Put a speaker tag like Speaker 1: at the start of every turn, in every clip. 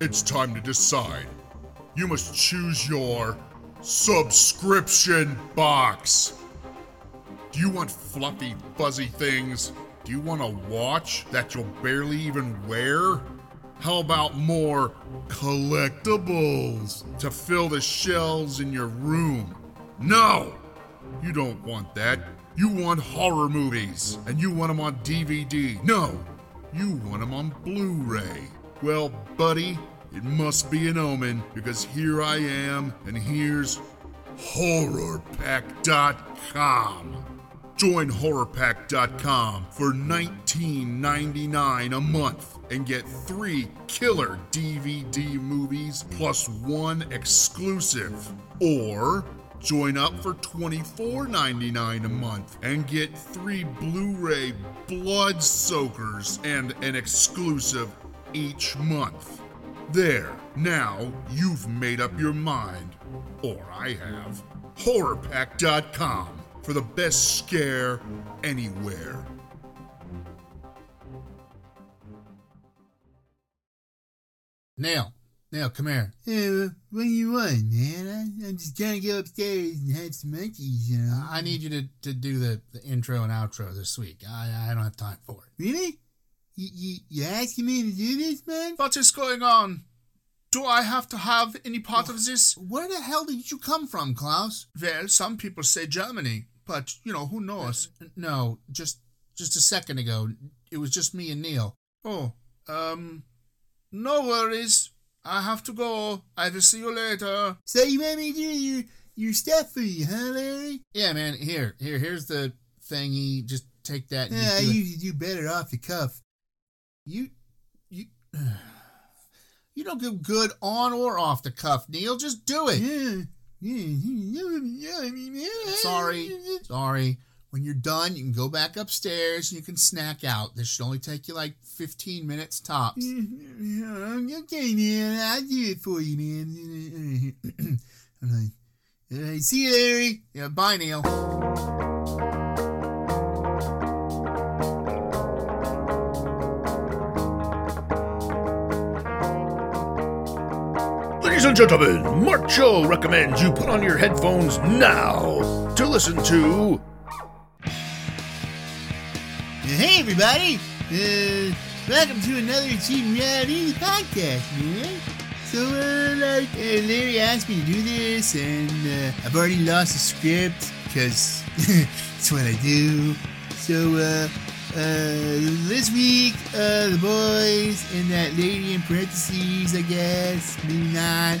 Speaker 1: It's time to decide. You must choose your subscription box. Do you want fluffy, fuzzy things? Do you want a watch that you'll barely even wear? How about more collectibles to fill the shelves in your room? No! You don't want that. You want horror movies, and you want them on DVD. No, you want them on Blu ray. Well, buddy, it must be an omen because here I am, and here's horrorpack.com. Join horrorpack.com for $19.99 a month and get three killer DVD movies plus one exclusive. Or join up for $24.99 a month and get three Blu ray blood soakers and an exclusive each month. There, now you've made up your mind. Or I have. HorrorPack.com for the best scare anywhere.
Speaker 2: Oh,
Speaker 3: Nail, Nail, come here. Yeah, what do you want, man? I, I'm just trying to go upstairs and have some monkeys, you know.
Speaker 2: I need you to, to do the, the intro and outro this week. I, I don't have time for it.
Speaker 3: Really? You, you, you asking me to do this, man?
Speaker 2: What is going on? Do I have to have any part of this?
Speaker 3: Where the hell did you come from, Klaus?
Speaker 2: Well, some people say Germany, but you know who knows.
Speaker 3: No, just just a second ago, it was just me and Neil.
Speaker 2: Oh, um, no worries. I have to go. I will see you later.
Speaker 3: So you made me do your your stuff for you, huh, Larry?
Speaker 2: Yeah, man. Here, here, here's the thingy. Just take that. And
Speaker 3: Yeah, I
Speaker 2: just do it.
Speaker 3: usually do better off the cuff.
Speaker 2: you, you, you don't do good on or off the cuff, Neil. Just do it.
Speaker 3: Yeah, yeah,
Speaker 2: Sorry, sorry. When you're done, you can go back upstairs and you can snack out. This should only take you like 15 minutes tops.
Speaker 3: Okay, man, I'll do it for you, man. All right. All right, see you, Larry.
Speaker 2: Yeah, bye, Neil.
Speaker 4: Ladies and gentlemen, Mark Cho recommends you put on your headphones now to listen to
Speaker 3: Hey, everybody! Uh, welcome to another Achieving Reality podcast, man. So, uh, like, uh, Larry asked me to do this, and uh, I've already lost the script because it's what I do. So, uh, uh, this week, uh, the boys and that lady in parentheses, I guess, maybe not,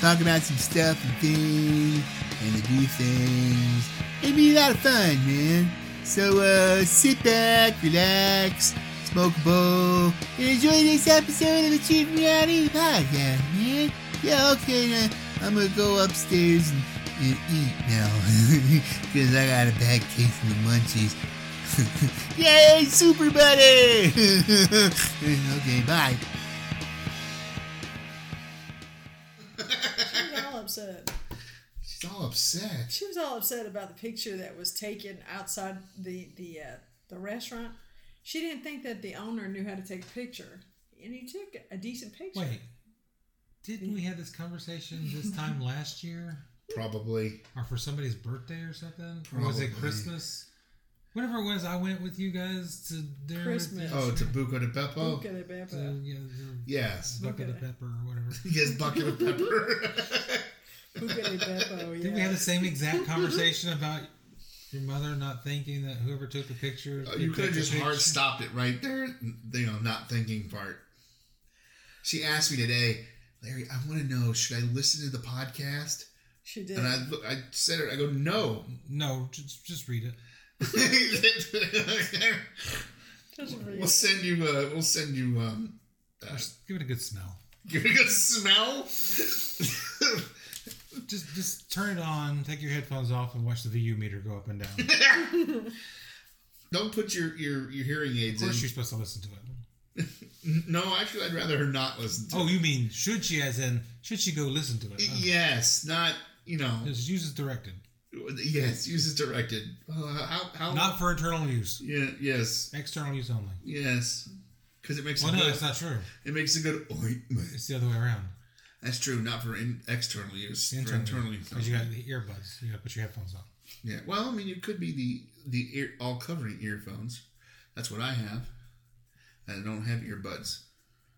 Speaker 3: talk about some stuff and things, and they do things. It'd be a lot of fun, man. So uh, sit back, relax, smoke a bowl, and enjoy this episode of the Chief Reality Podcast, man. Yeah, okay, now I'm gonna go upstairs and, and eat now, because I got a bad case of the munchies. Yay, Super Buddy! okay, bye.
Speaker 5: She was all upset.
Speaker 3: She's all upset.
Speaker 5: She was all upset about the picture that was taken outside the the uh, the restaurant. She didn't think that the owner knew how to take a picture, and he took a decent picture.
Speaker 6: Wait, didn't we have this conversation this time last year,
Speaker 3: Probably.
Speaker 6: or for somebody's birthday or something? Or was it
Speaker 3: Probably.
Speaker 6: Christmas? Whatever it was, I went with you guys to their
Speaker 5: Christmas.
Speaker 3: Oh, it's a Buco de Beppo?
Speaker 5: Look at it,
Speaker 6: to,
Speaker 5: Beppo.
Speaker 6: yeah, the
Speaker 3: Yes.
Speaker 6: bucket of pepper or whatever.
Speaker 3: Yes, bucket of pepper.
Speaker 5: Look at it, Beppo. Yeah.
Speaker 6: Didn't we have the same exact conversation about your mother not thinking that whoever took the picture?
Speaker 7: Oh, you
Speaker 6: did
Speaker 7: could have
Speaker 6: take the
Speaker 7: just hard
Speaker 6: picture?
Speaker 7: stopped it right there, you know, not thinking part. She asked me today, Larry, I want to know, should I listen to the podcast?
Speaker 5: she did.
Speaker 7: And I look, I said it, I go, no.
Speaker 6: No, just just read it.
Speaker 5: That's really-
Speaker 7: we'll send you, uh, we'll send you, um, uh,
Speaker 6: Just give it a good smell.
Speaker 7: give it a good smell.
Speaker 6: Just just turn it on, take your headphones off, and watch the VU meter go up and down. Of
Speaker 7: Don't put your, your, your hearing aids
Speaker 6: course, you're
Speaker 7: in.
Speaker 6: supposed to listen to it.
Speaker 7: No, actually, I'd rather her not listen to
Speaker 6: Oh,
Speaker 7: it.
Speaker 6: you mean should she, as in should she go listen to it?
Speaker 7: Y-
Speaker 6: Oh.
Speaker 7: Yes, not, you know,
Speaker 6: Just use as directed,
Speaker 7: yes, use it directed. Uh, how, how,
Speaker 6: not for internal use,
Speaker 7: yeah, yes,
Speaker 6: external use only.
Speaker 7: yes.
Speaker 2: because it makes
Speaker 6: Well,
Speaker 2: a
Speaker 6: no,
Speaker 2: good,
Speaker 6: that's not true.
Speaker 2: it makes a good ointment.
Speaker 6: It's the other way around.
Speaker 2: That's true, not for in, external use, for internal
Speaker 6: Internally,
Speaker 2: use.
Speaker 6: because you got the earbuds. You got to put your headphones on.
Speaker 2: Yeah, well, I mean, it could be the the ear, all covering earphones. That's what I have. I don't have earbuds.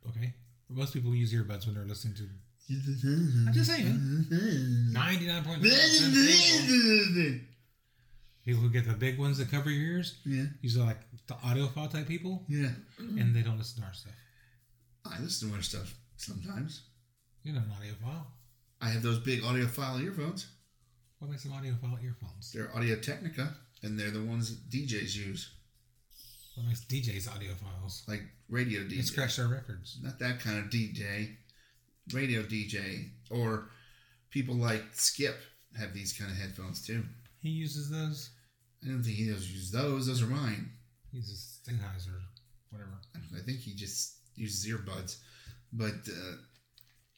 Speaker 6: Okay. But most people use earbuds when they're listening to. I'm just saying. Ninety-nine point nine percent people, people who get the big ones that cover your ears,
Speaker 2: Yeah.
Speaker 6: use like the audiophile type people,
Speaker 2: Yeah,
Speaker 6: and they don't listen to our stuff.
Speaker 2: I listen to our stuff sometimes.
Speaker 6: You're not an audiophile.
Speaker 2: I have those big audiophile earphones.
Speaker 6: What makes them audiophile earphones?
Speaker 2: They're Audio Technica, and they're the ones that DJs use,
Speaker 6: What makes DJs audiophiles?
Speaker 2: like radio
Speaker 6: They
Speaker 2: DJs.
Speaker 6: scratch their records.
Speaker 2: Not that kind of DJ, radio DJ, or people like Skip have these kind of headphones too.
Speaker 6: He uses those.
Speaker 2: I don't think he does use those. Those are mine.
Speaker 6: He uses Sennheiser, whatever.
Speaker 2: I think he just uses earbuds, but uh,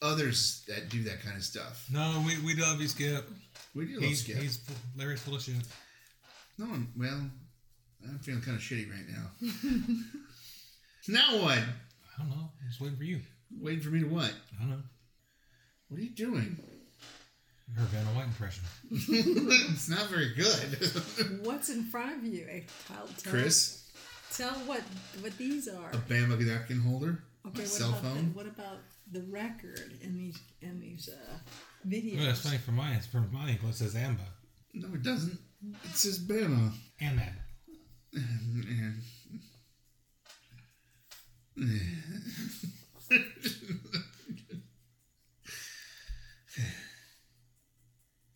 Speaker 2: others that do that kind of stuff.
Speaker 6: No, we, we love you, Skip.
Speaker 2: We do love
Speaker 6: He's,
Speaker 2: Skip.
Speaker 6: he's full- Larry's full of shit.
Speaker 2: No, I'm, well, I'm feeling kind of shitty right now. now what?
Speaker 6: I don't know. I'm just waiting for you.
Speaker 2: Waiting for me to what?
Speaker 6: I don't know.
Speaker 2: What are you doing?
Speaker 6: Her Vanna White impression.
Speaker 2: it's not very good.
Speaker 5: What's in front of you? Hey, Kyle, tell,
Speaker 2: Chris,
Speaker 5: tell what what these are.
Speaker 2: a Bama napkin holder,
Speaker 5: Okay,
Speaker 2: my
Speaker 5: what
Speaker 2: cell
Speaker 5: about The,
Speaker 2: phone.
Speaker 5: what about the record and these and these uh,
Speaker 6: No, that's
Speaker 5: videos?
Speaker 6: funny for mine. It's for my ankle. It says Amba.
Speaker 2: No, it doesn't. It says Bama.
Speaker 6: Amab.
Speaker 2: Man.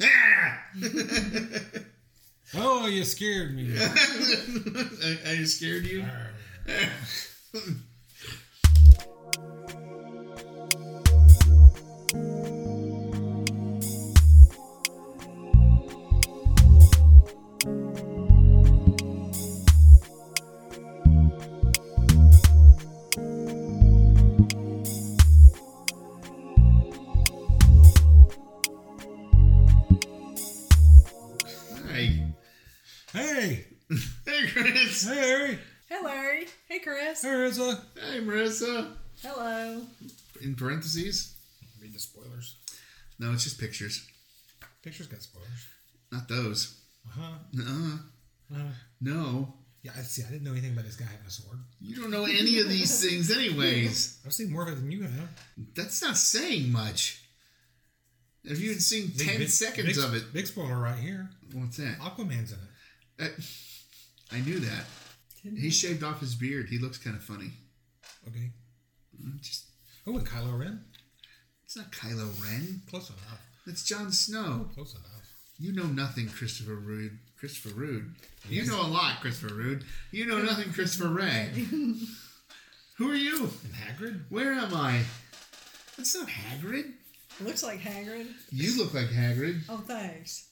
Speaker 2: ah!
Speaker 6: Oh, you scared me.
Speaker 2: I, I scared you. Hey,
Speaker 6: hey!
Speaker 2: hey, Chris.
Speaker 6: Hey, Larry!
Speaker 5: Hey Larry. Hey Chris.
Speaker 6: Hey, Rizzo!
Speaker 2: Hey, Marissa.
Speaker 5: Hello.
Speaker 2: In parentheses.
Speaker 6: Read the spoilers.
Speaker 2: No, it's just pictures.
Speaker 6: Pictures got spoilers.
Speaker 2: Not those.
Speaker 6: Uh-huh.
Speaker 2: Uh-uh. No.
Speaker 6: Yeah, I see. I didn't know anything about this guy having a sword.
Speaker 2: You don't know any of these things anyways.
Speaker 6: I've seen more of it than you have.
Speaker 2: That's not saying much. Have you even seen 10 seconds
Speaker 6: big-
Speaker 2: of it?
Speaker 6: Big spoiler right here.
Speaker 2: What's that?
Speaker 6: Aquaman's in it.
Speaker 2: That- I knew that. He shaved off his beard. He looks kind of funny. Hmm,
Speaker 6: Okay.
Speaker 2: Just,
Speaker 6: Oh, and Kylo Ren?
Speaker 2: it's not Kylo Ren.
Speaker 6: Close enough.
Speaker 2: That's Jon Snow.
Speaker 6: Close enough.
Speaker 2: You know nothing, Christopher Rude. Christopher Rude. You know a lot, Christopher Rude. You know nothing, Christopher Ray. Who are you?
Speaker 6: And Hagrid?
Speaker 2: Where am I? That's not Hagrid.
Speaker 5: Looks like Hagrid.
Speaker 2: You look like Hagrid.
Speaker 5: Oh, thanks.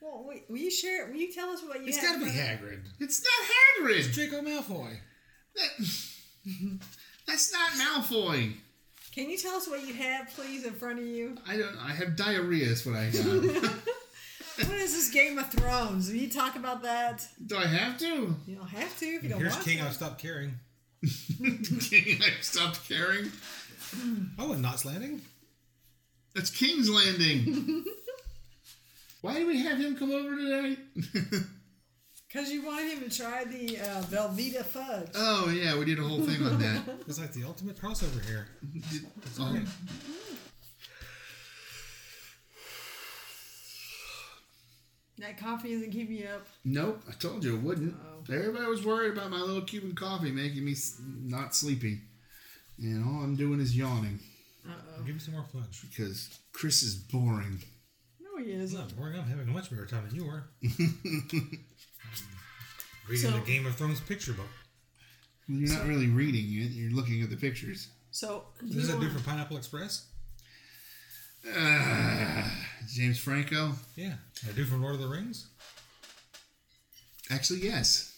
Speaker 5: Well, wait, will you share? Will you tell us what you?
Speaker 6: It's
Speaker 5: have
Speaker 6: gotta be
Speaker 5: for-
Speaker 6: Hagrid.
Speaker 2: It's not Hagrid.
Speaker 6: Draco Malfoy.
Speaker 2: That- that's not Malfoy.
Speaker 5: Can you tell us what you have, please, in front of you?
Speaker 2: I don't. I have diarrhea. Is what I have.
Speaker 5: What is this Game of Thrones? Will you talk about that?
Speaker 2: Do I have to?
Speaker 5: You don't have to if you don't
Speaker 6: Here's
Speaker 5: want
Speaker 6: King
Speaker 5: to.
Speaker 6: I've stopped caring.
Speaker 2: I stopped caring.
Speaker 6: Oh, and Knots Landing?
Speaker 2: That's King's Landing. Why did we have him come over today?
Speaker 5: Because you wanted him to try the uh, Velveeta fudge.
Speaker 2: oh yeah, we did a whole thing on that. Um,
Speaker 6: It's like the ultimate crossover here. It's all right.
Speaker 5: that coffee isn't keeping you up.
Speaker 2: Nope, I told you it wouldn't. Everybody was worried about my little Cuban coffee making me s- not sleepy, and all I'm doing is yawning
Speaker 5: Oh.
Speaker 6: Give me some more fudge.
Speaker 2: because Chris is boring.
Speaker 5: No, he
Speaker 6: It's
Speaker 5: isn't.
Speaker 6: not boring. I'm having a much better time than you are. Reading
Speaker 5: So-
Speaker 6: the Game of Thrones picture book.
Speaker 2: You're not really reading it. You're looking at the pictures.
Speaker 5: So, do
Speaker 6: Does
Speaker 5: you
Speaker 6: that do
Speaker 5: want-
Speaker 6: for Pineapple Express?
Speaker 2: James Franco.
Speaker 6: Yeah. I do for Lord of the Rings?
Speaker 2: Actually, yes.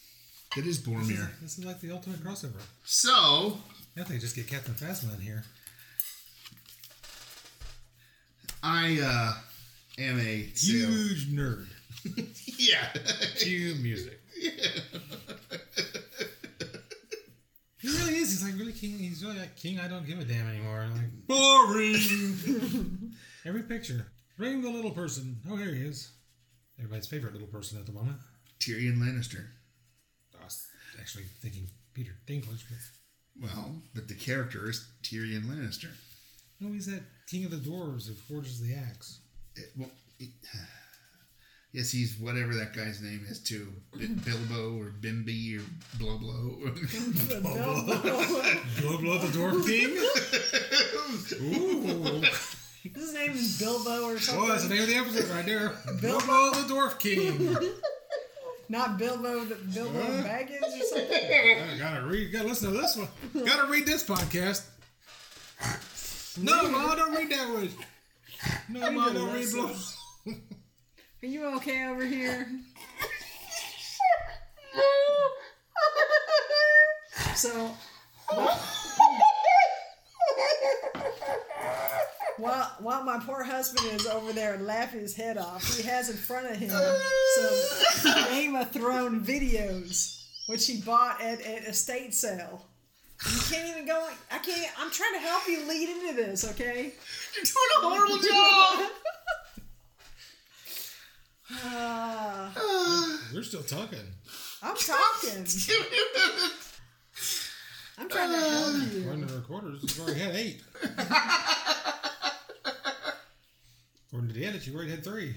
Speaker 2: That is
Speaker 6: This
Speaker 2: Boromir.
Speaker 6: is, this is like the ultimate crossover.
Speaker 2: So,
Speaker 6: Now they just get Captain Phasma in here.
Speaker 2: I uh, am a sale-
Speaker 6: Huge nerd.
Speaker 2: Yeah.
Speaker 6: Cue music. He really is He's like really king. He's really like king. I don't give a damn anymore. I'm like
Speaker 8: Boring.
Speaker 6: every picture, bring the little person. Oh, here he is. Everybody's favorite little person at the moment.
Speaker 7: Tyrion Lannister.
Speaker 6: I was actually thinking Peter Dinklage, but
Speaker 7: Well, but the character is Tyrion Lannister.
Speaker 6: no, he's that king of the dwarves who forges the axe.
Speaker 7: It- well, it- yes, he's whatever that guy's name is too. B- Bilbo or Bimby or Blow Blow.
Speaker 6: Bilbo the dwarf king. Ooh,
Speaker 5: His name is Bilbo or
Speaker 6: oh, that's the
Speaker 5: something.
Speaker 6: name of the episode right there. Bilbo the dwarf king.
Speaker 5: Not Bilbo, the Bilbo Baggins or something.
Speaker 6: I gotta read. Gotta listen to this one. Gotta read this podcast. No, Ma, don't read that one. No, Ma, don't read Blow.
Speaker 5: Are you okay over here? So, while, while my poor husband is over there laughing his head off, he has in front of him some Game of Thrones videos, which he bought at an estate sale. You can't even go. I can't. I'm trying to help you lead into this, okay?
Speaker 2: Horrible job!
Speaker 5: Uh,
Speaker 6: We're still talking.
Speaker 5: I'm talking. I'm trying to help you.
Speaker 6: We're under quarters. You've already had eight. According to the edit, you already had three.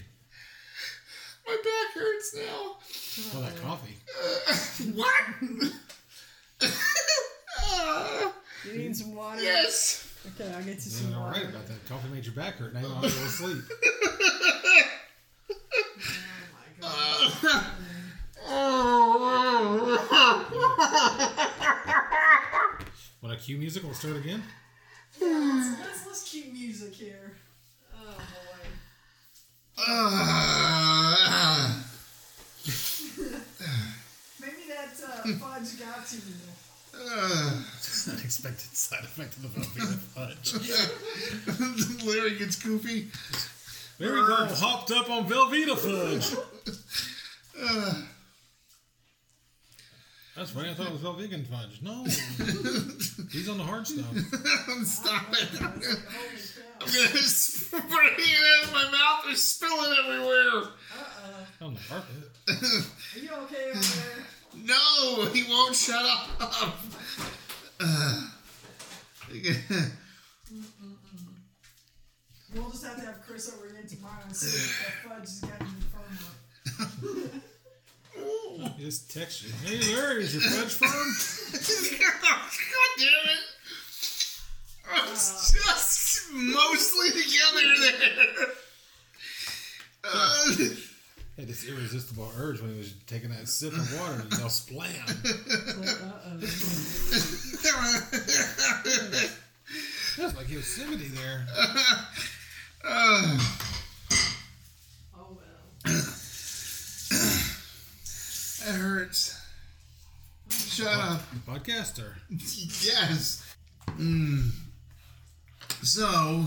Speaker 2: My back hurts now.
Speaker 6: Well, that coffee.
Speaker 2: What?
Speaker 5: You need some water?
Speaker 2: yes.
Speaker 5: Okay, I'll get you
Speaker 6: You're
Speaker 5: some
Speaker 6: all right
Speaker 5: water.
Speaker 6: about that. Coffee made your back hurt. Now you don't have to go to sleep. Want to cue music? We'll start again.
Speaker 5: Let's, let's, let's keep music here. Oh, boy. Maybe that uh, fudge got to you.
Speaker 8: Unexpected side effect of the movie, the fudge.
Speaker 7: Larry gets goofy.
Speaker 6: There we go. Hopped up on Velveeta fudge. That's funny. I thought it was Velvegan fudge. No. He's on the hard stuff.
Speaker 2: Stop it.
Speaker 5: Holy cow.
Speaker 2: spraying it out of my mouth. There's spilling everywhere.
Speaker 6: On the carpet.
Speaker 5: Are you okay over there?
Speaker 2: No, he won't shut up.
Speaker 5: We'll just have to have Chris over again tomorrow and see if that fudge has gotten you firmer.
Speaker 6: Just text you. Hey, Larry, is your fudge firm?
Speaker 2: God damn it. It's just mostly together there. Uh,
Speaker 6: had this irresistible urge when he was taking that sip of water and yell splam. It's like Yosemite there.
Speaker 5: Oh, well.
Speaker 2: it hurts. Shut up.
Speaker 6: Podcaster.
Speaker 2: Yes. Mm. So,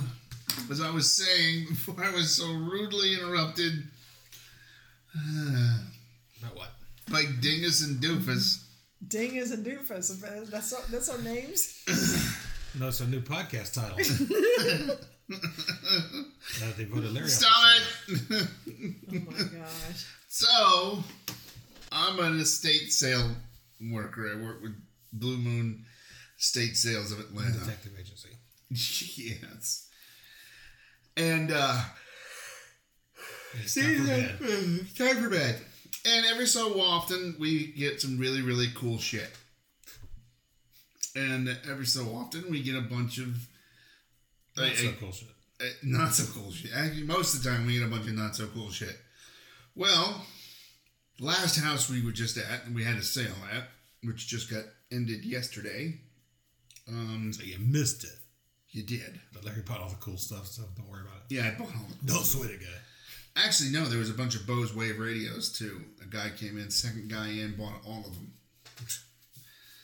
Speaker 2: as I was saying before I was so rudely interrupted
Speaker 6: About what?
Speaker 2: by Dingus and Doofus.
Speaker 5: Ding is a doofus. That's our, that's our names.
Speaker 6: No, it's a new podcast title. now that they voted Larry out.
Speaker 2: Stop it!
Speaker 5: Oh my gosh.
Speaker 2: So, I'm an estate sale worker. I work with Blue Moon Estate Sales of Atlanta.
Speaker 6: Detective agency.
Speaker 2: yes. And, uh,
Speaker 6: It's
Speaker 2: See,
Speaker 6: time for bed.
Speaker 2: then, uh, Time for bed. And every so often, we get some really, really cool shit. And every so often, we get a bunch of
Speaker 6: Not so
Speaker 2: I-
Speaker 6: cool shit.
Speaker 2: uh, not so cool shit. Actually, most of the time, we get a bunch of not so cool shit. Well, the last house we were just at, and we had a sale at, which just got ended yesterday. Um,
Speaker 6: So you missed it.
Speaker 2: you did.
Speaker 6: But Larry bought all the cool stuff, so don't worry about it.
Speaker 2: Yeah, I bought all the
Speaker 6: Don't sweat it, guy.
Speaker 2: Actually, no. There was a bunch of Bose Wave radios too. A guy came in, second guy in, bought all of them.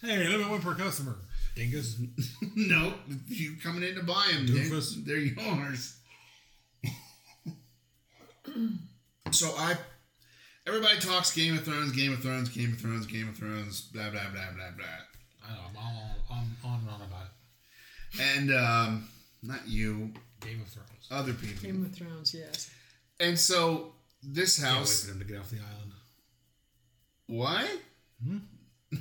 Speaker 6: Hey, limit one per customer. Dingus.
Speaker 2: No, you coming in to buy them? They're,
Speaker 6: Doofus.
Speaker 2: they're yours. so I, everybody talks Game of Thrones, Game of Thrones, Game of Thrones, Game of Thrones, blah blah blah blah
Speaker 6: I
Speaker 2: blah.
Speaker 6: don't know. I'm, all, I'm on and on about
Speaker 2: And um, not you,
Speaker 6: it. Game of Thrones.
Speaker 2: other people.
Speaker 5: Game of Thrones, yes.
Speaker 2: And so this
Speaker 6: Can't wait
Speaker 2: house.
Speaker 6: for them to get off the island.
Speaker 2: What?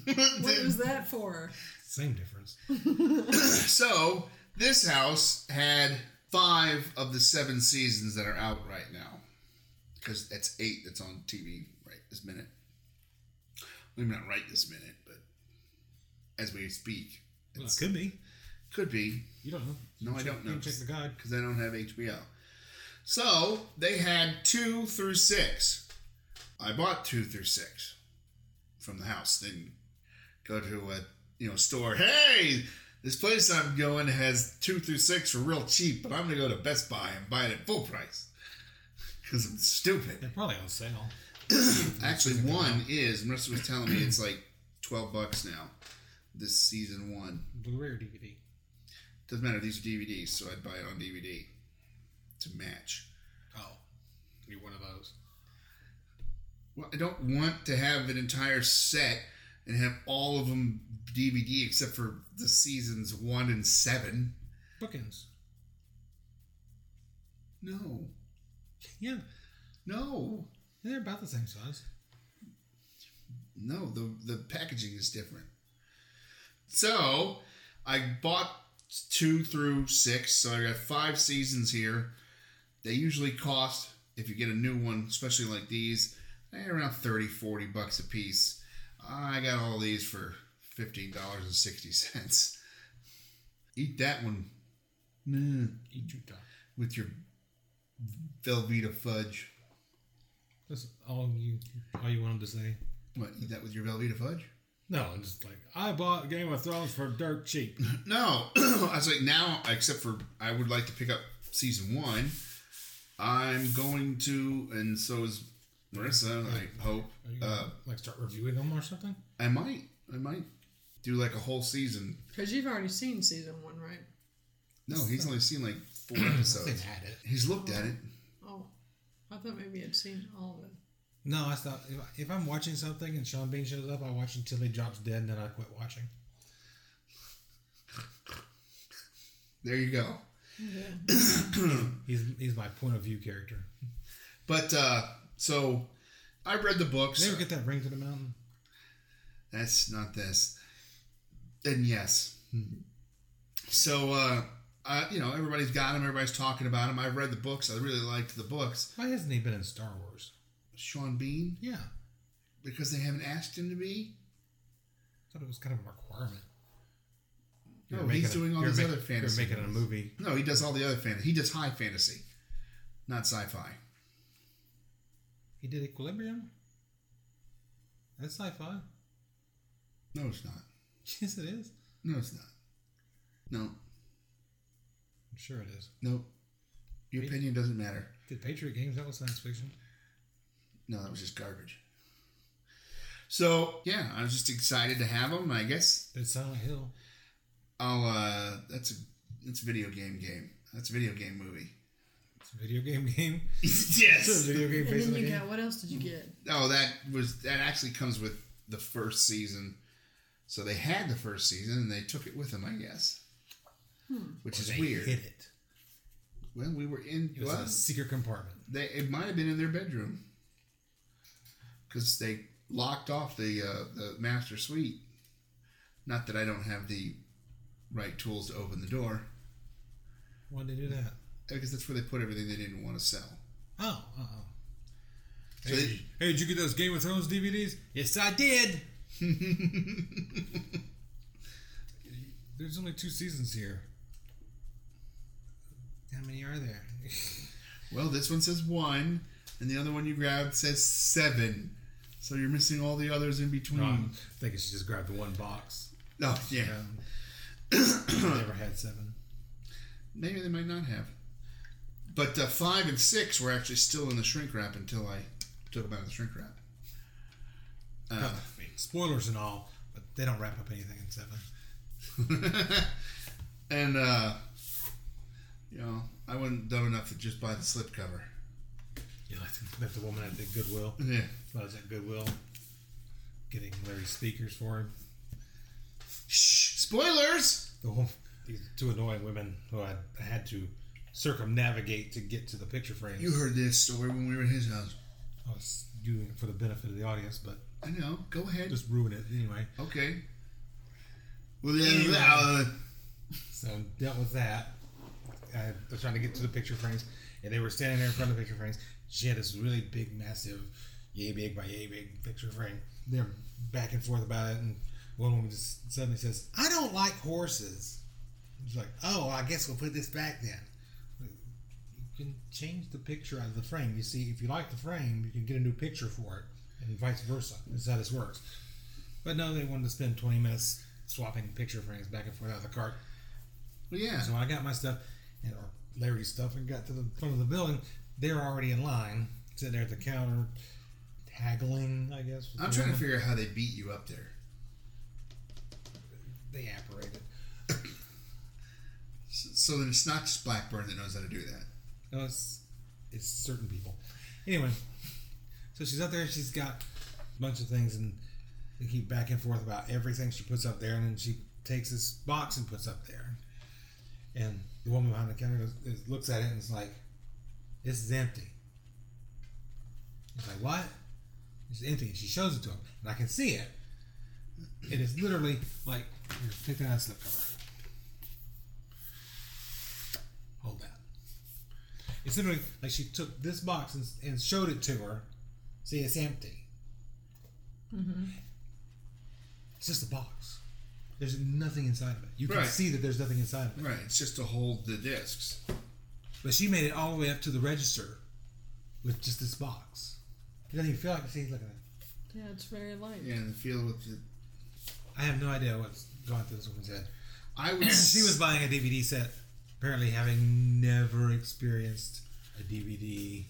Speaker 5: What was that for?
Speaker 6: Same difference.
Speaker 2: So this house had five of the seven seasons that are out right now, because that's eight that's on TV right this minute. Maybe not right this minute, but as we speak,
Speaker 6: Well, it could be.
Speaker 2: could be
Speaker 6: You don't know.
Speaker 2: No, I
Speaker 6: Check-
Speaker 2: don't know.
Speaker 6: you Check the guide.
Speaker 2: because I don't have HBO. So they had two through six. I bought two through six from the house. Then go to a you know store. Hey, this place I'm going has two through six for real cheap, but I'm gonna go to Best Buy and buy it at full price because I'm stupid.
Speaker 6: They're probably on sale.
Speaker 2: Actually, one is Marissa was telling me it's like twelve bucks now. This season one.
Speaker 6: Blu-ray or DVD.
Speaker 2: Doesn't matter. These are DVDs, so I'd buy it on DVD to match.
Speaker 6: Oh, you're one of those.
Speaker 2: Well, I don't want to have an entire set and have all of them DVD except for the seasons one and seven.
Speaker 6: Bookends.
Speaker 2: No,
Speaker 6: Yeah,
Speaker 2: no,
Speaker 6: they're about the same size.
Speaker 2: no. The the packaging is different. So I bought two through six, so I got five seasons here. They usually cost if you get a new one, especially like these, eh, around 30, 40 bucks a piece. I got all these for fifteen dollars and sixty cents. Eat that one. Mm.
Speaker 6: Eat your dog.
Speaker 2: with your Velveeta fudge.
Speaker 6: That's all you all you wanted to say.
Speaker 2: What, eat that with your Velveeta fudge?
Speaker 6: No, I'm just like I bought Game of Thrones for dirt cheap.
Speaker 2: No. I was like, now, except for I would like to pick up season one, I'm going to, and so is Marissa, I hope.
Speaker 6: Are you gonna,
Speaker 2: Uh,
Speaker 6: like start reviewing them or something?
Speaker 2: I might, I might do like a whole season.
Speaker 5: Because you've already seen season one, right?
Speaker 2: No, he's only seen like four
Speaker 6: They've
Speaker 2: episodes.
Speaker 6: had it.
Speaker 2: He's looked at it.
Speaker 5: Oh, I thought maybe you'd seen all of it.
Speaker 6: No, I stop. If, I- if I'm watching something and Sean Bean shows up, I watch until he drops dead, and then I quit watching.
Speaker 2: There you go.
Speaker 6: He's he's my point of view character.
Speaker 2: But uh, so I read the books.
Speaker 6: Did they ever get that ring to the mountain?
Speaker 2: that's not this then yes so uh, uh you know everybody's got him everybody's talking about him i read the books i really liked the books
Speaker 6: Why hasn't he been in Star Wars?
Speaker 2: sean bean
Speaker 6: Yeah,
Speaker 2: because they haven't asked him to be
Speaker 6: thought it was kind of a requirement.
Speaker 2: No,
Speaker 6: You're
Speaker 2: he's
Speaker 6: making
Speaker 2: doing all
Speaker 6: you're
Speaker 2: these
Speaker 6: making-
Speaker 2: other fantasy
Speaker 6: You're making a
Speaker 2: movies.
Speaker 6: movie.
Speaker 2: no he does all the other fantasy he does high fantasy not sci-fi
Speaker 6: He did Equilibrium. That's sci-fi.
Speaker 2: no it's not
Speaker 6: Yes, it is.
Speaker 2: no it's not no
Speaker 6: I'm sure it is.
Speaker 2: no your opinion doesn't matter
Speaker 6: Did Patriot Games? That was science fiction.
Speaker 2: No, that was just garbage. So yeah, I was just excited to have him. I guess
Speaker 6: Did Silent Hill?
Speaker 2: I'll. uh That's a that's a video game game. That's a video game movie.
Speaker 6: It's a video game game. It's
Speaker 2: yes.
Speaker 6: a video game
Speaker 5: And
Speaker 6: based on
Speaker 5: then
Speaker 6: a
Speaker 5: you
Speaker 6: game.
Speaker 5: got what else did you get?
Speaker 2: Oh, that was that actually comes with the first season. So they had the first season and they took it with them, I guess. Which is
Speaker 6: They
Speaker 2: weird.
Speaker 6: Hit it.
Speaker 2: Well, we were in.
Speaker 6: It was in
Speaker 2: well,
Speaker 6: a secret compartment.
Speaker 2: they it might have been in their bedroom because they locked off the uh, the master suite. Not that I don't have the right tools to open the door,
Speaker 6: Why'd they do that?
Speaker 2: because that's where they put everything they didn't want to sell.
Speaker 6: Oh, uh oh.
Speaker 2: So
Speaker 6: Hey,
Speaker 2: they-
Speaker 6: hey, did you get those Game of Thrones DVDs? Yes, I did. There's only two seasons here. How many are there?
Speaker 2: Well, this one says one, and the other one you grabbed says seven. So you're missing all the others in between.
Speaker 6: No, I'm thinking she just grabbed the one box.
Speaker 2: oh yeah.
Speaker 6: Um, never had seven.
Speaker 2: maybe they might not have. But uh, five and six were actually still in the shrink wrap until I took them out of the shrink wrap. Uh,
Speaker 6: I mean, spoilers and all, but they don't wrap up anything in seven.
Speaker 2: and uh, you know, I wasn't dumb enough to just buy the slipcover.
Speaker 6: You know, like the woman at the Goodwill.
Speaker 2: Yeah,
Speaker 6: I was at Goodwill getting Larry speakers for him.
Speaker 2: Spoilers!
Speaker 6: The whole, these two annoying women who I had to circumnavigate to get to the picture frame.
Speaker 2: You heard this story when we were in his house.
Speaker 6: I was doing it for the benefit of the audience, but
Speaker 2: I know. Go ahead.
Speaker 6: just ruin it anyway.
Speaker 2: Okay.
Speaker 6: Anyway.
Speaker 2: Well, uh,
Speaker 6: So dealt with that. I was trying to get to the picture frames, and they were standing there in front of the picture frames. She had this really big, massive, yay big by yay big picture frame. They're back and forth about it, and one woman just suddenly says, "I don't like horses." She's like, "Oh, I guess we'll put this back then." Like, You can change the picture out of the frame. You see, if you like the frame, you can get a new picture for it, and vice versa. That's how this works. But no, they wanted to spend 20 minutes swapping picture frames back and forth out of the cart.
Speaker 2: yeah.
Speaker 6: So when I got my stuff and or Larry's stuff and got to the front of the building, they're already in line, sitting there at the counter, haggling. I guess. with
Speaker 2: I'm
Speaker 6: the
Speaker 2: trying to
Speaker 6: woman.
Speaker 2: figure out how they beat you up there.
Speaker 6: They apparated.
Speaker 2: So, so then it's not just Blackburn that knows how to do that.
Speaker 6: No, it's it's certain people. Anyway, so she's up there. She's got a bunch of things, and they keep back and forth about everything she puts up there, and then she takes this box and puts up there. And the woman behind the counter goes, is- looks at it and is like, "This is empty." He's like, "What?" It's empty. And she shows it to him, and I can see it. It is literally like, here, take that out of the slipcover. Hold that. It's literally like she took this box and, and showed it to her. See, it's empty. It's just a box. There's nothing inside of it. You can
Speaker 2: Right.
Speaker 6: see that there's nothing inside of it.
Speaker 2: Right. It's just to hold the discs.
Speaker 6: But she made it all the way up to the register with just this box. It doesn't even feel like it. See, look at that.
Speaker 5: Yeah, it's very light.
Speaker 2: Yeah, and feel with the.
Speaker 6: I have no idea what's going through this woman's head.
Speaker 2: I would.
Speaker 6: she was buying a DVD set, apparently having never experienced a DVD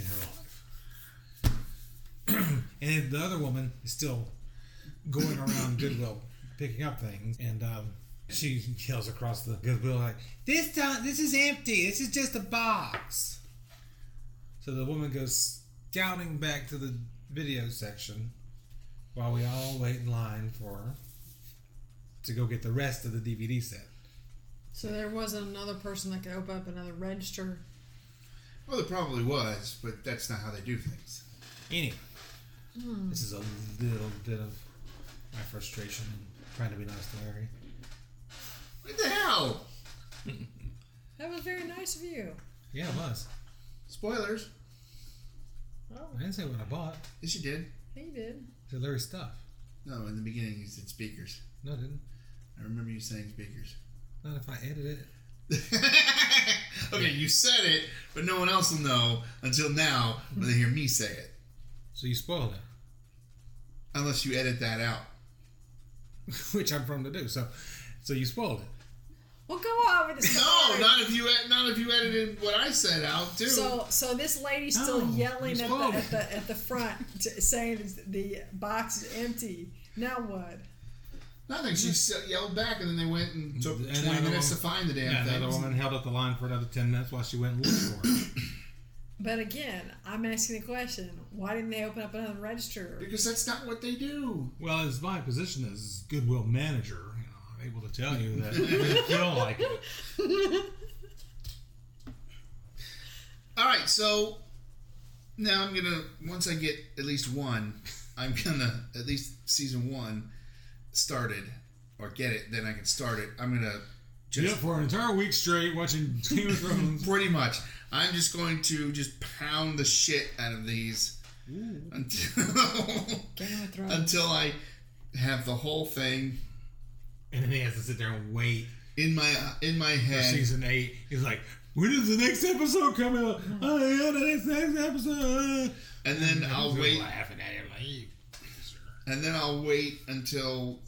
Speaker 6: in her life. and the other woman is still going around Goodwill picking up things, and um, she yells across the Goodwill like, "This time, this is empty. This is just a box." So the woman goes scouting back to the video section while we all wait in line for her to go get the rest of the DVD set.
Speaker 5: So there wasn't another person that could open up another register.
Speaker 2: Well, there probably was, but that's not how they do things.
Speaker 6: Anyway, this is a little bit of my frustration and trying to be nice to Larry.
Speaker 2: What the hell?
Speaker 5: That was very nice of you.
Speaker 6: Yeah, it was.
Speaker 2: Spoilers.
Speaker 5: Oh,
Speaker 6: I didn't say what I bought.
Speaker 2: Yes, you did.
Speaker 5: he did.
Speaker 6: I said Larry's stuff.
Speaker 2: No, in the beginning you said speakers.
Speaker 6: No, I didn't.
Speaker 2: I remember you saying speakers.
Speaker 6: Not if I edit it.
Speaker 2: okay, you said it, but no one else will know until now when they hear me say it.
Speaker 6: So you spoiled it,
Speaker 2: Unless you edit that out.
Speaker 6: which I'm prone to do. So, so you spoiled it.
Speaker 5: Well, go on with the
Speaker 2: No,
Speaker 5: story.
Speaker 2: not if you ed- not if you edited what I said out too.
Speaker 5: So, so this lady's still
Speaker 6: No,
Speaker 5: yelling
Speaker 6: it's
Speaker 5: at
Speaker 6: wrong.
Speaker 5: the, at the at the front, t- saying the box is empty. Now what?
Speaker 2: Nothing. She s- yelled back, and then they went and took
Speaker 6: And
Speaker 2: twenty
Speaker 6: another
Speaker 2: minutes to
Speaker 6: one-
Speaker 2: find the damn
Speaker 6: Yeah,
Speaker 2: thing.
Speaker 6: another woman held up the line for another ten minutes while she went and looked for it.
Speaker 5: But again, I'm asking the question: Why didn't they open up another register?
Speaker 2: Because that's not what they do.
Speaker 6: Well, as my position as Goodwill manager, you know, I'm able to tell you that I didn't feel like it.
Speaker 2: All right, so now I'm gonna once I get at least one, I'm gonna at least season one started or get it. Then I can start it. I'm gonna just
Speaker 6: Yep, for an entire week straight watching Game of Thrones.
Speaker 2: pretty much. I'm just going to just pound the shit out of these until
Speaker 5: Game of Thrones.
Speaker 2: until I have the whole thing
Speaker 6: And then he has to sit there and wait
Speaker 2: in my in my
Speaker 6: for
Speaker 2: head.
Speaker 6: season eight. He's like, when is the next episode coming out? Oh, yeah, the next, next episode.
Speaker 2: and then I'll
Speaker 6: He's
Speaker 2: wait
Speaker 6: Laughing at him like, "You loser."
Speaker 2: and then I'll wait until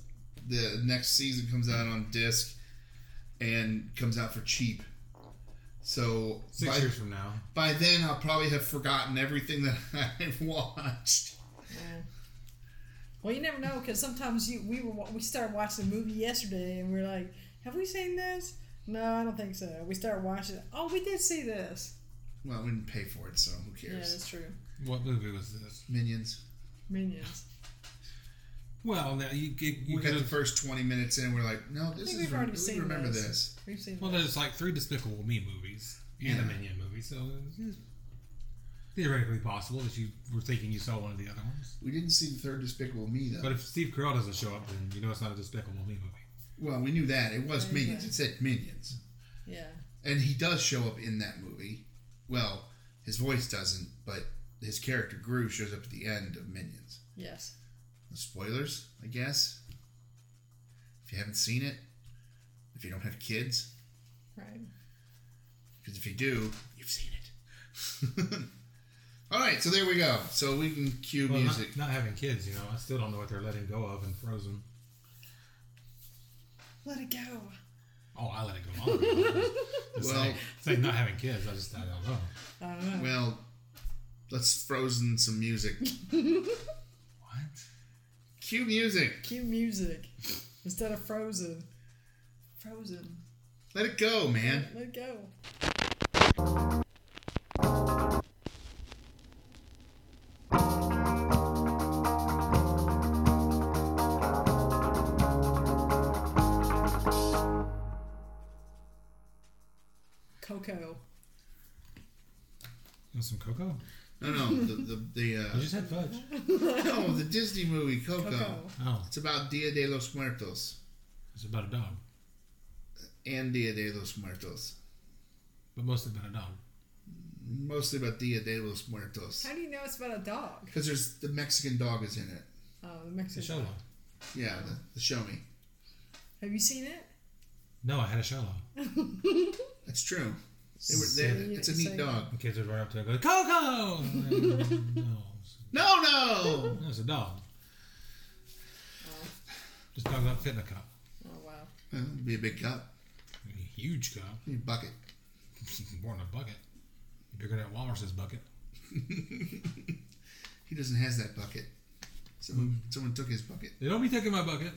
Speaker 2: the next season comes out on disc and comes out for cheap. So
Speaker 6: Six
Speaker 2: by,
Speaker 6: years from now.
Speaker 2: by then I'll probably have forgotten everything that I've watched.
Speaker 5: Well, you never know because sometimes you we were wa- we started watching a movie yesterday and we are like, have we seen this? No, I don't think so. We started watching. it. Oh, we did see this.
Speaker 2: Well, we didn't pay for it, so who
Speaker 5: Yeah,
Speaker 2: cares?
Speaker 5: that's true.
Speaker 6: What movie was this?
Speaker 2: Minions.
Speaker 5: Minions.
Speaker 6: Well, now you, you, you
Speaker 2: We got the
Speaker 6: could've-
Speaker 2: first 20 minutes in and we're like, no, this
Speaker 5: think
Speaker 2: is.
Speaker 5: we've already
Speaker 2: we
Speaker 5: seen
Speaker 2: remember
Speaker 5: those.
Speaker 2: this.
Speaker 5: We've seen
Speaker 6: Well, there's like three Despicable Me movies and a Minion movie, so it's theoretically possible that you were thinking you saw one of the other ones.
Speaker 2: We didn't see the third Despicable Me, though.
Speaker 6: But if Steve Carell doesn't show up, then you know it's not a Despicable Me movie.
Speaker 2: well, we knew that. It was
Speaker 5: Yeah,
Speaker 2: Minions.
Speaker 5: yeah.
Speaker 2: It said Minions.
Speaker 5: yeah.
Speaker 2: And he does show up in that movie. Well, his voice doesn't, but his character Gru shows up at the end of Minions.
Speaker 5: Yes.
Speaker 2: Spoilers, I guess. If you haven't seen it, if you don't have kids,
Speaker 5: Right.
Speaker 2: because if you do, you've seen it. All right, so there we go. So we can cue
Speaker 6: Well, not,
Speaker 2: music.
Speaker 6: not having kids, you know, I still don't know what they're letting go of in Frozen.
Speaker 5: Let it go.
Speaker 6: Oh, I let it go on. It's
Speaker 2: Well-
Speaker 6: like, it's like not having kids. I just I don't know.
Speaker 5: I don't know.
Speaker 2: Well, let's frozen some music.
Speaker 6: What?
Speaker 2: Cue music.
Speaker 5: Cue music instead of Frozen. Frozen.
Speaker 2: Let it go, man.
Speaker 5: Let it go. Coco.
Speaker 6: You want some cocoa?
Speaker 2: No, no, the the, the
Speaker 6: You
Speaker 2: uh,
Speaker 6: just had fudge.
Speaker 2: no, the Disney movie Coco.
Speaker 5: Coco.
Speaker 6: Oh,
Speaker 2: It's about Dia de los Muertos
Speaker 6: it's about a dog,
Speaker 2: and Dia de los Muertos.
Speaker 6: but mostly about a dog.
Speaker 2: Mostly about Dia de los Muertos
Speaker 5: How do you know it's about a dog?
Speaker 2: because there's the Mexican dog is in it.
Speaker 5: Oh, the
Speaker 6: It's a show
Speaker 5: Mexican.
Speaker 6: dog.
Speaker 2: Yeah, the, the show me.
Speaker 5: Have you seen it?
Speaker 6: No, I had a show dog.
Speaker 2: That's true. They were, they, it's a
Speaker 5: So-
Speaker 2: neat dog.
Speaker 6: The kids would run up to it and go, Coco! And, no, it's-
Speaker 2: No, no.
Speaker 6: no, it's a dog. Oh. Just dog not fit in a cup.
Speaker 5: Oh wow.
Speaker 2: Well, it'd be a big cup,
Speaker 6: A huge cup.
Speaker 2: a bucket.
Speaker 6: More than a bucket. Bigger than Walrus's bucket.
Speaker 2: He doesn't has that bucket. Someone someone took his bucket.
Speaker 6: They don't be taking my bucket.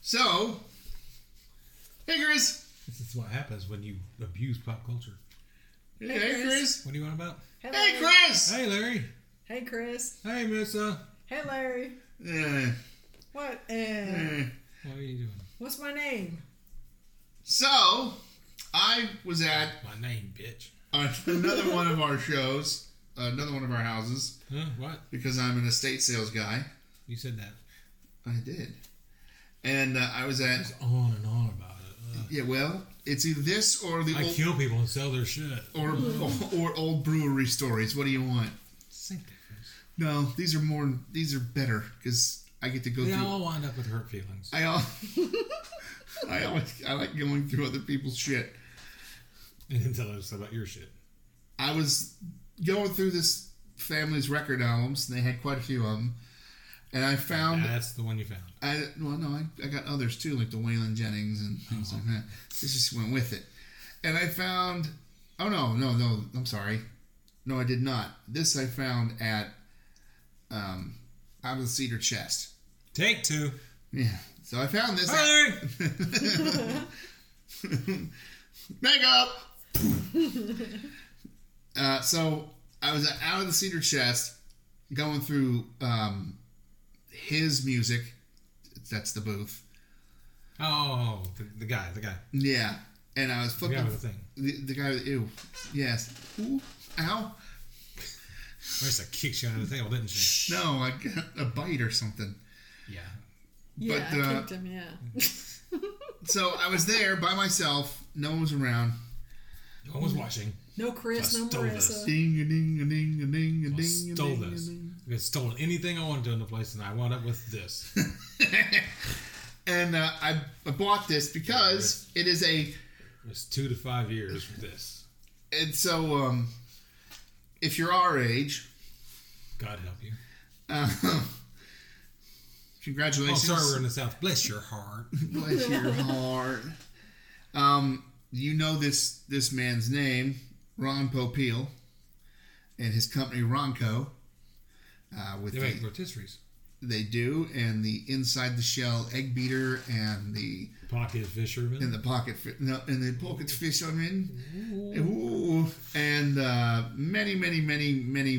Speaker 2: So, hey Chris.
Speaker 6: This is what happens when you abuse pop culture.
Speaker 2: Hey, Chris.
Speaker 6: What do you want about?
Speaker 5: Hello.
Speaker 2: Hey Chris.
Speaker 6: Hey, Larry.
Speaker 5: Hey Chris.
Speaker 6: Hey, Missa.
Speaker 5: Hey Larry.
Speaker 2: Eh,
Speaker 5: What? Uh,
Speaker 2: eh.
Speaker 6: What are you doing?
Speaker 5: what's my name?
Speaker 2: So, I was at
Speaker 6: My name, bitch.
Speaker 2: uh, another one of our shows, uh, another one of our houses,
Speaker 6: Huh? What?
Speaker 2: because I'm an estate sales guy.
Speaker 6: You said that.
Speaker 2: I did, and uh, I was at
Speaker 6: It's on and on about it. Ugh.
Speaker 2: yeah. Well, it's either this or the
Speaker 6: I
Speaker 2: old
Speaker 6: kill people and sell their shit.
Speaker 2: or, or old brewery stories. What do you want?
Speaker 6: Same difference.
Speaker 2: No, these are more. These are better because I get to go
Speaker 6: They
Speaker 2: through.
Speaker 6: all wind up with hurt feelings.
Speaker 2: I all. I always I like going through other people's shit.
Speaker 6: And then tell us about your shit.
Speaker 2: I was going through this family's record albums, and they had quite a few of them. And I found
Speaker 6: That's the one you found.
Speaker 2: I well no I, I got others too like the Waylon Jennings and things like that. This just went with it, and I found oh no no no I'm sorry, no I did not. This I found at um out of the cedar chest.
Speaker 6: Take two.
Speaker 2: Yeah, so I found this.
Speaker 6: Hi, Larry.
Speaker 2: Makeup. uh, so I was out of the cedar chest, going through um, his music. That's the booth.
Speaker 6: Oh, the, the guy, the guy,
Speaker 2: Yeah, and I was
Speaker 6: the guy
Speaker 2: flipping
Speaker 6: with the thing.
Speaker 2: the, the guy with ew. Yes. Ooh, ow.
Speaker 6: Marissa kicked you under the table, didn't she?
Speaker 2: No, I got a bite or something.
Speaker 6: Yeah.
Speaker 5: Yeah,
Speaker 2: But,
Speaker 5: I
Speaker 2: uh,
Speaker 5: kicked him. Yeah.
Speaker 2: So I was there by myself. No one was around.
Speaker 6: No one was watching.
Speaker 5: No Chris,
Speaker 6: I
Speaker 5: no
Speaker 6: stole
Speaker 5: Marissa.
Speaker 2: Ding a ding a ding a ding a
Speaker 6: I
Speaker 2: ding a
Speaker 6: stole
Speaker 2: ding. a
Speaker 6: this.
Speaker 2: ding.
Speaker 6: I could have stolen anything I wanted to in the place, and I wound up with this.
Speaker 2: And uh, I, I bought this because it is a
Speaker 6: It's two to five years for this.
Speaker 2: and so um, if you're our age,
Speaker 6: God help you.
Speaker 2: uh,
Speaker 6: Oh,
Speaker 2: congratulations.
Speaker 6: sorry, we're in the South. Bless your heart.
Speaker 2: Bless your heart. Um, you know this this man's name, Ron Popeil, and his company Ronco. Uh, with
Speaker 6: They
Speaker 2: the,
Speaker 6: make rotisseries.
Speaker 2: they do, and the inside the shell egg beater, and the
Speaker 6: Pocket fisherman.
Speaker 2: and the pocket fi- no, and the pocket fisherman. Ooh. Ooh, and uh, many, many, many, many, many,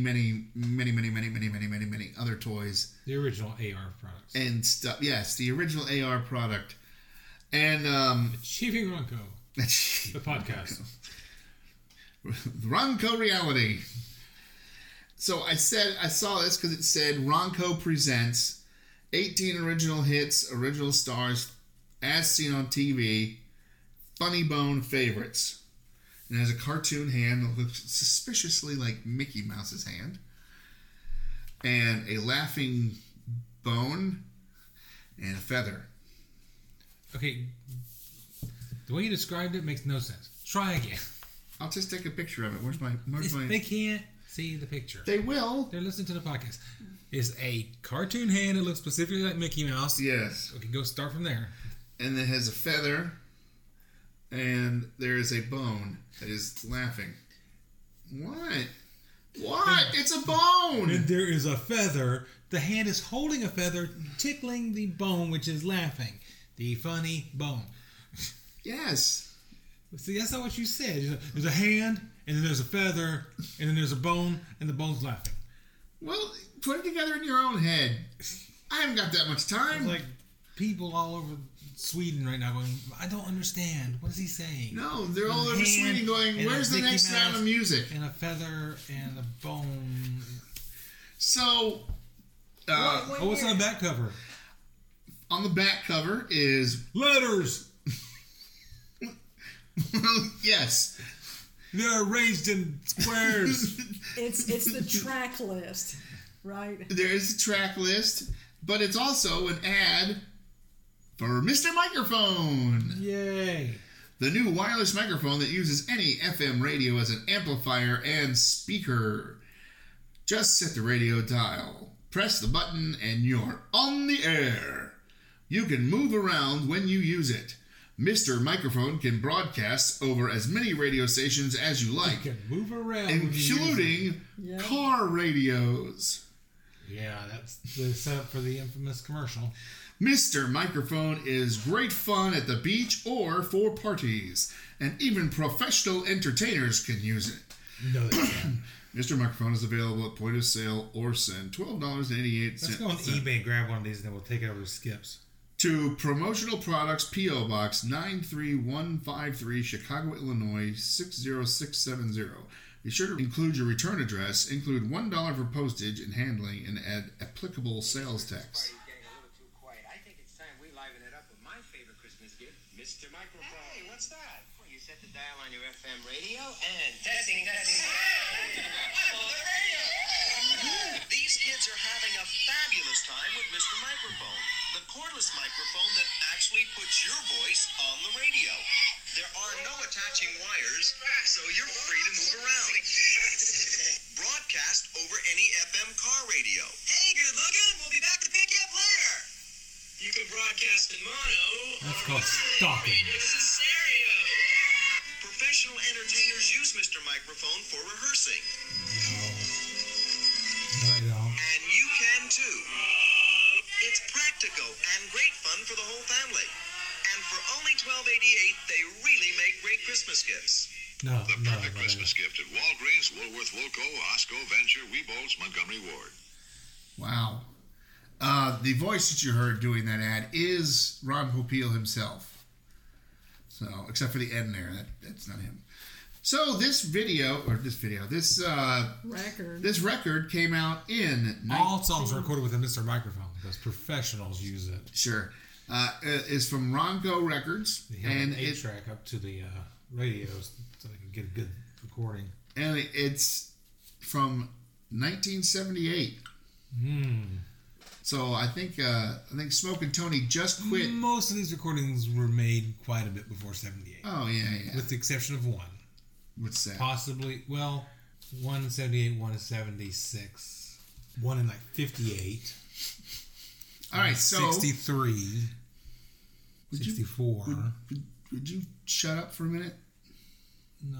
Speaker 2: many, many, many, many, many, many, many other toys
Speaker 6: The original AR products.
Speaker 2: and stuff. Yes, the original AR product. And um,
Speaker 6: Achieving Ronco, the podcast.
Speaker 2: Ronco Reality. So I said I saw this because it said Ronco presents 18 original hits, original stars, as seen on TV, Funny Bone favorites, and it has a cartoon hand that looks suspiciously like Mickey Mouse's hand, and a laughing bone, and a feather.
Speaker 6: Okay, the way you described it makes no sense. Try again.
Speaker 2: I'll just take a picture of it. Where's my Where's
Speaker 6: It's-
Speaker 2: my?
Speaker 6: they can't see the picture.
Speaker 2: They will.
Speaker 6: They're listening to the podcast. It's a cartoon hand that looks specifically like Mickey Mouse.
Speaker 2: Yes.
Speaker 6: Okay, go start from there.
Speaker 2: and it has a feather, and there is a bone that is laughing. What? What? It's a bone.
Speaker 6: And there is a feather. The hand is holding a feather, tickling the bone, which is laughing. The funny bone.
Speaker 2: Yes.
Speaker 6: See, that's not what you said. There's a- There's a hand, and then there's a feather, and then there's a bone, and the bone's laughing.
Speaker 2: Well, put it together in your own head. I haven't got that much time.
Speaker 6: It's like people all over Sweden right now going, I don't understand. What is he saying?
Speaker 2: no, they're all over
Speaker 6: Hand
Speaker 2: Sweden going.
Speaker 6: and a
Speaker 2: Where's the
Speaker 6: Mickey
Speaker 2: next round of
Speaker 6: Mouse."
Speaker 2: music?
Speaker 6: And a feather and a bone.
Speaker 2: So, uh,
Speaker 5: What
Speaker 6: Oh, what's
Speaker 5: year-
Speaker 6: on the back cover?
Speaker 2: on the back cover is
Speaker 6: Letters!
Speaker 2: yes,
Speaker 6: They're arranged in squares.
Speaker 5: It's it's the track list, right?
Speaker 2: there is a track list, but it's also an ad for Mr. Microphone.
Speaker 6: Yay.
Speaker 2: The new wireless microphone that uses any FM radio as an amplifier and speaker. Just set the radio dial, press the button, and you're on the air. You can move around when you use it. Mr. Microphone can broadcast over as many radio stations as you like,
Speaker 6: You can move around. when you use it.
Speaker 2: including
Speaker 5: Yeah.
Speaker 2: car radios.
Speaker 6: Yeah, that's the setup for the infamous commercial.
Speaker 2: Mr. Microphone is great fun at the beach or for parties, and even professional entertainers can use it.
Speaker 6: No, they can't.
Speaker 2: Mr. Microphone is available at point of sale or
Speaker 6: Let's
Speaker 2: send
Speaker 6: go on
Speaker 2: $12.88
Speaker 6: eBay, grab one of these, and then we'll take it over to Skips.
Speaker 2: to Promotional Products P.O. Box 93153, Chicago, Illinois 60670. Be sure to include your return address, include $1 for postage and handling, and add applicable sales tax.
Speaker 9: Party's getting a little too quiet. I think it's time we liven it up with my favorite Christmas gift, Mr. Microphone. Hey, what's that? Well, you set the dial on your FM radio and testing, testing. These kids are having a fabulous time with Mr. Microphone, the cordless microphone that actually puts your voice on the radio. There are no attaching wires, so you're free to move around. Broadcast over any FM car radio. Hey, good looking. We'll be back to pick you up later. You can broadcast in mono.
Speaker 6: That's called
Speaker 9: or what's
Speaker 6: stalking.
Speaker 9: the name? It's a stereo. Professional entertainers use Mr. Microphone for rehearsing,
Speaker 6: No, they don't.
Speaker 9: and you can too. It's practical and great fun for the whole family. And for only $12.88, they really make great Christmas gifts.
Speaker 6: No,
Speaker 10: The
Speaker 6: no,
Speaker 10: perfect
Speaker 6: no, they
Speaker 10: Christmas gift at Walgreens, Woolworth, Wilco, Osco, Venture, Weebles, Montgomery Ward.
Speaker 2: Wow. Uh, the voice that you heard doing that ad is Ron Popeil himself. So, except for the end there, that, that's not him. So this video, or this video, this uh,
Speaker 5: Record.
Speaker 2: this record came out in
Speaker 6: don't.
Speaker 2: nine-
Speaker 6: All songs are recorded with a Mr. Microphone because professionals use it.
Speaker 2: sure uh, is from Ronco Records,
Speaker 6: They have
Speaker 2: and
Speaker 6: an eight
Speaker 2: it,
Speaker 6: track up to the uh, radios so they can get a good recording.
Speaker 2: and it's from 1978.
Speaker 6: Hmm.
Speaker 2: So I think uh, I think Smoke and Tony just quit.
Speaker 6: Most of these recordings were made quite a bit before 78,
Speaker 2: Oh yeah, yeah.
Speaker 6: with the exception of one.
Speaker 2: What's that?
Speaker 6: Possibly, well, one in 78, one in 76, one in like 58,
Speaker 2: All right, so
Speaker 6: 63,
Speaker 2: you-
Speaker 6: 64.
Speaker 2: would- would, would you shut up for a minute?
Speaker 6: No.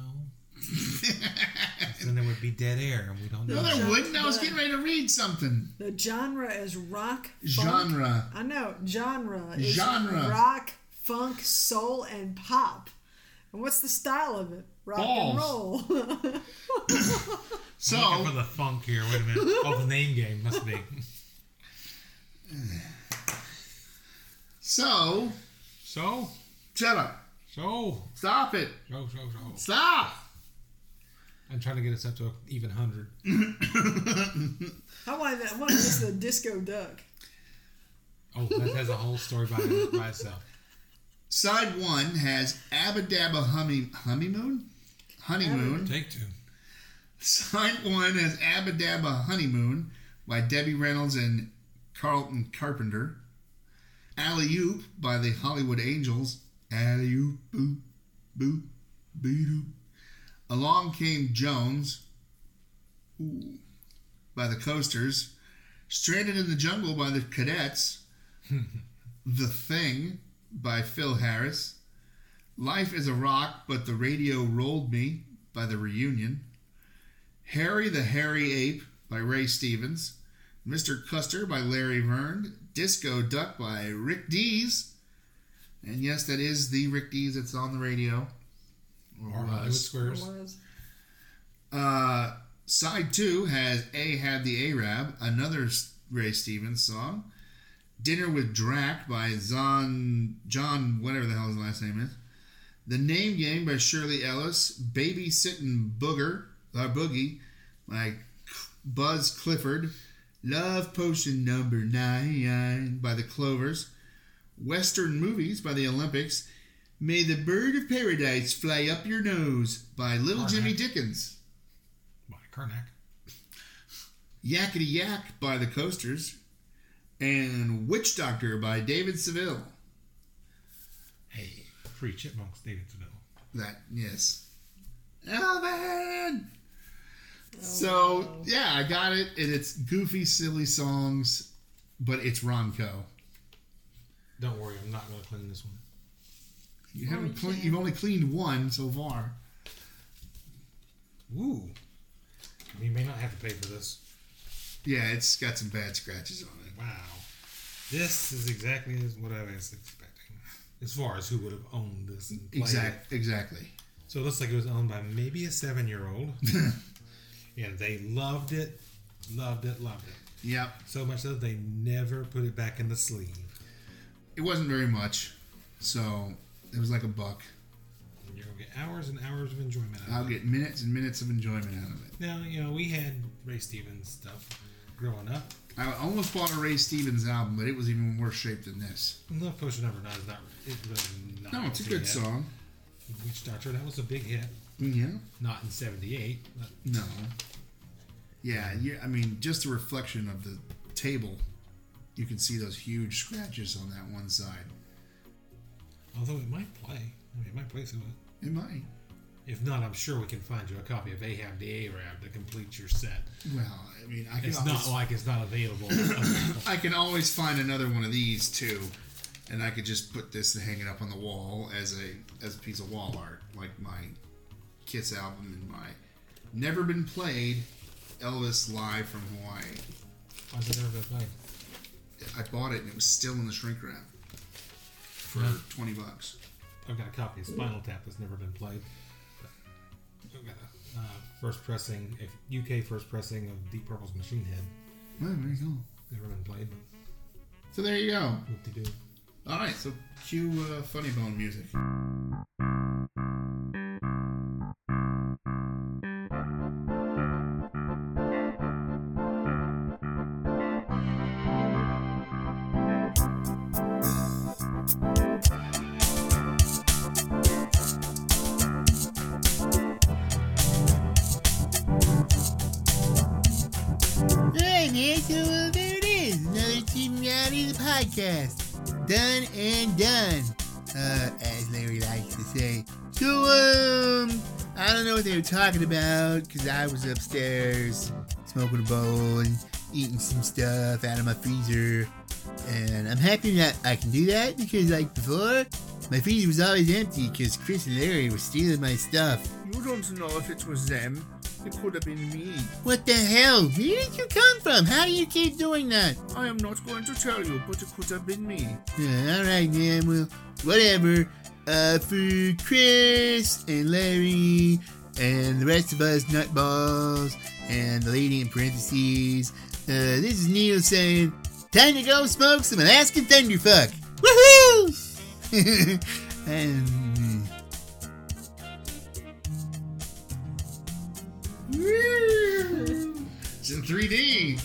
Speaker 6: then there would be dead air, and we don't know.
Speaker 2: No,
Speaker 6: that.
Speaker 2: there wouldn't. I was getting ready to read something.
Speaker 5: The genre is rock. funk-
Speaker 2: Genre.
Speaker 5: I know genre is
Speaker 2: Genre.
Speaker 5: rock, funk, soul, and pop. And what's the style of it? Rock and
Speaker 6: Balls.
Speaker 5: roll.
Speaker 2: So
Speaker 6: Looking for the funk here. Wait a minute. Oh, the name game must be.
Speaker 2: so
Speaker 6: So,
Speaker 2: shut up.
Speaker 6: so,
Speaker 2: Stop it.
Speaker 6: so, so, so.
Speaker 2: Stop.
Speaker 6: I'm trying to get us up to an even hundred.
Speaker 5: I wanted that one was the disco duck.
Speaker 6: Oh, that has a whole story by, by itself.
Speaker 2: Side one has Abadabba Hummy Honeymoon? Honeymoon.
Speaker 6: Take two.
Speaker 2: Side one has Abadabba Honeymoon by Debbie Reynolds and Carlton Carpenter. Alley Oop by the Hollywood Angels. Alley Oop, boop, boop, boop. Along Came Jones ooh, by the Coasters. Stranded in the Jungle by the Cadets. the Thing by Phil Harris. Life is a Rock, but the Radio Rolled Me by The Reunion. Harry the Hairy Ape by Ray Stevens. Mr. Custer by Larry Verne. Disco Duck by Rick Dees. And yes, that is the Rick Dees that's on the radio. Or
Speaker 6: Or Hollywood
Speaker 2: was.
Speaker 5: It
Speaker 6: Squares.
Speaker 5: was.
Speaker 2: Uh, side two has Ahab the Arab, another Ray Stevens song. Dinner with Drac by Zon John, whatever the hell his last name is. The Name Game by Shirley Ellis. Babysitting Booger, uh, Boogie by C- Buzz Clifford. Love Potion Number Nine by the Clovers. Western Movies by the Olympics. May the Bird of Paradise Fly Up Your Nose by Little Jimmy Dickens.
Speaker 6: By Karnak.
Speaker 2: Yakety Yak by the Coasters, and Witch Doctor by David Seville.
Speaker 6: Hey, free chipmunks, David Seville.
Speaker 2: That, yes. Alvin! so, yeah, I got it, and it's goofy, silly songs, but it's Ronco.
Speaker 6: Don't worry, I'm not going to clean this one.
Speaker 2: You haven't clean, you've only cleaned one so far.
Speaker 6: Ooh. We may not have to pay for this.
Speaker 2: Yeah, it's got some bad scratches on it.
Speaker 6: Wow. This is exactly as what I was expecting. As far as who would have owned this and played it.
Speaker 2: Exact, exactly.
Speaker 6: So it looks like it was owned by maybe a seven year old. and they loved it, loved it, loved it.
Speaker 2: Yep.
Speaker 6: So much so they never put it back in the sleeve.
Speaker 2: It wasn't very much, so it was like a buck.
Speaker 6: And you're going to get hours and hours of enjoyment out
Speaker 2: I'll
Speaker 6: of it.
Speaker 2: get minutes and minutes of enjoyment out of it.
Speaker 6: Now, you know, we had Ray Stevens stuff growing up.
Speaker 2: I almost bought a Ray Stevens album, but it was even worse shaped than this.
Speaker 6: Love Potion Number 9 is not. It was not
Speaker 2: No, it's a good
Speaker 6: hit.
Speaker 2: song.
Speaker 6: Witch Doctor, that was a big hit.
Speaker 2: Yeah.
Speaker 6: Not in 78, but
Speaker 2: No. Yeah, you, I mean, just a reflection of the table, you can see those huge scratches on that one side.
Speaker 6: Although it might play. I mean, it might play through it.
Speaker 2: It might.
Speaker 6: If not, I'm sure we can find you a copy of Ahab the Arab to complete your set.
Speaker 2: Well, I mean, I can,
Speaker 6: It's
Speaker 2: always,
Speaker 6: not like it's not available.
Speaker 2: I can always find another one of these too, and I could just put this and hang it up on the wall as a as a piece of wall art, like my Kiss album and my Never Been Played Elvis Live from Hawaii.
Speaker 6: Why's it never been played?
Speaker 2: I bought it and it was still in the shrink wrap for
Speaker 6: Yeah.
Speaker 2: twenty bucks.
Speaker 6: I've got a copy of Spinal Tap that's never been played. I've got a uh, first pressing, if UK first pressing of Deep Purple's Machine Head.
Speaker 2: Oh, there you go.
Speaker 6: Never been played.
Speaker 2: So there you go.
Speaker 6: What do you do?
Speaker 2: All right, so cue uh, funny bone music.
Speaker 3: Alright, man, so uh, there it is. Another Team Reality the podcast. Done and done, uh, as Larry likes to say. So, um, I don't know what they were talking about because I was upstairs smoking a bowl and eating some stuff out of my freezer. And I'm happy that I can do that because, like before, my freezer was always empty because Chris and Larry were stealing my stuff.
Speaker 4: You don't know if it was them. It could have been me.
Speaker 3: What the hell? Where did you come from? How do you keep doing that?
Speaker 4: I am not going to tell you, but it could have been me.
Speaker 3: Yeah, all right, man. Well, whatever. uh, for Chris and Larry and the rest of us nutballs and the lady in parentheses. Uh, this is Neil saying, Time to go smoke some Alaskan Thunderfuck. Woohoo! and. hmm.
Speaker 2: It's in 3D.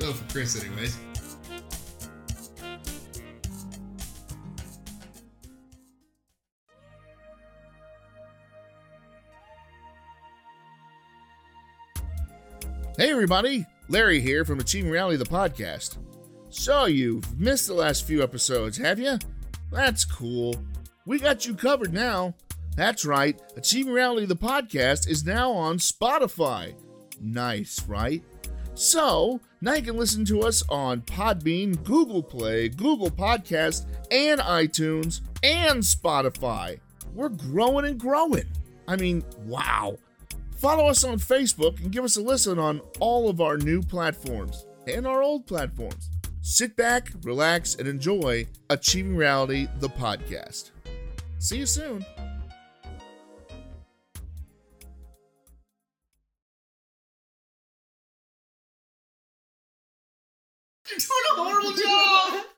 Speaker 2: Well, for Chris, anyways.
Speaker 1: Hey, everybody. Larry here from Achieving Reality, the podcast. So, you've missed the last few episodes, have you? That's cool. We got you covered now. That's right, Achieving Reality, the podcast, is now on Spotify. Nice, right? So, now you can listen to us on Podbean, Google Play, Google Podcast, and iTunes, and Spotify. We're growing and growing. I mean, wow. Follow us on Facebook and give us a listen on all of our new platforms and our old platforms. Sit back, relax, and enjoy Achieving Reality, the podcast. See you soon.
Speaker 2: You're doing a horrible job!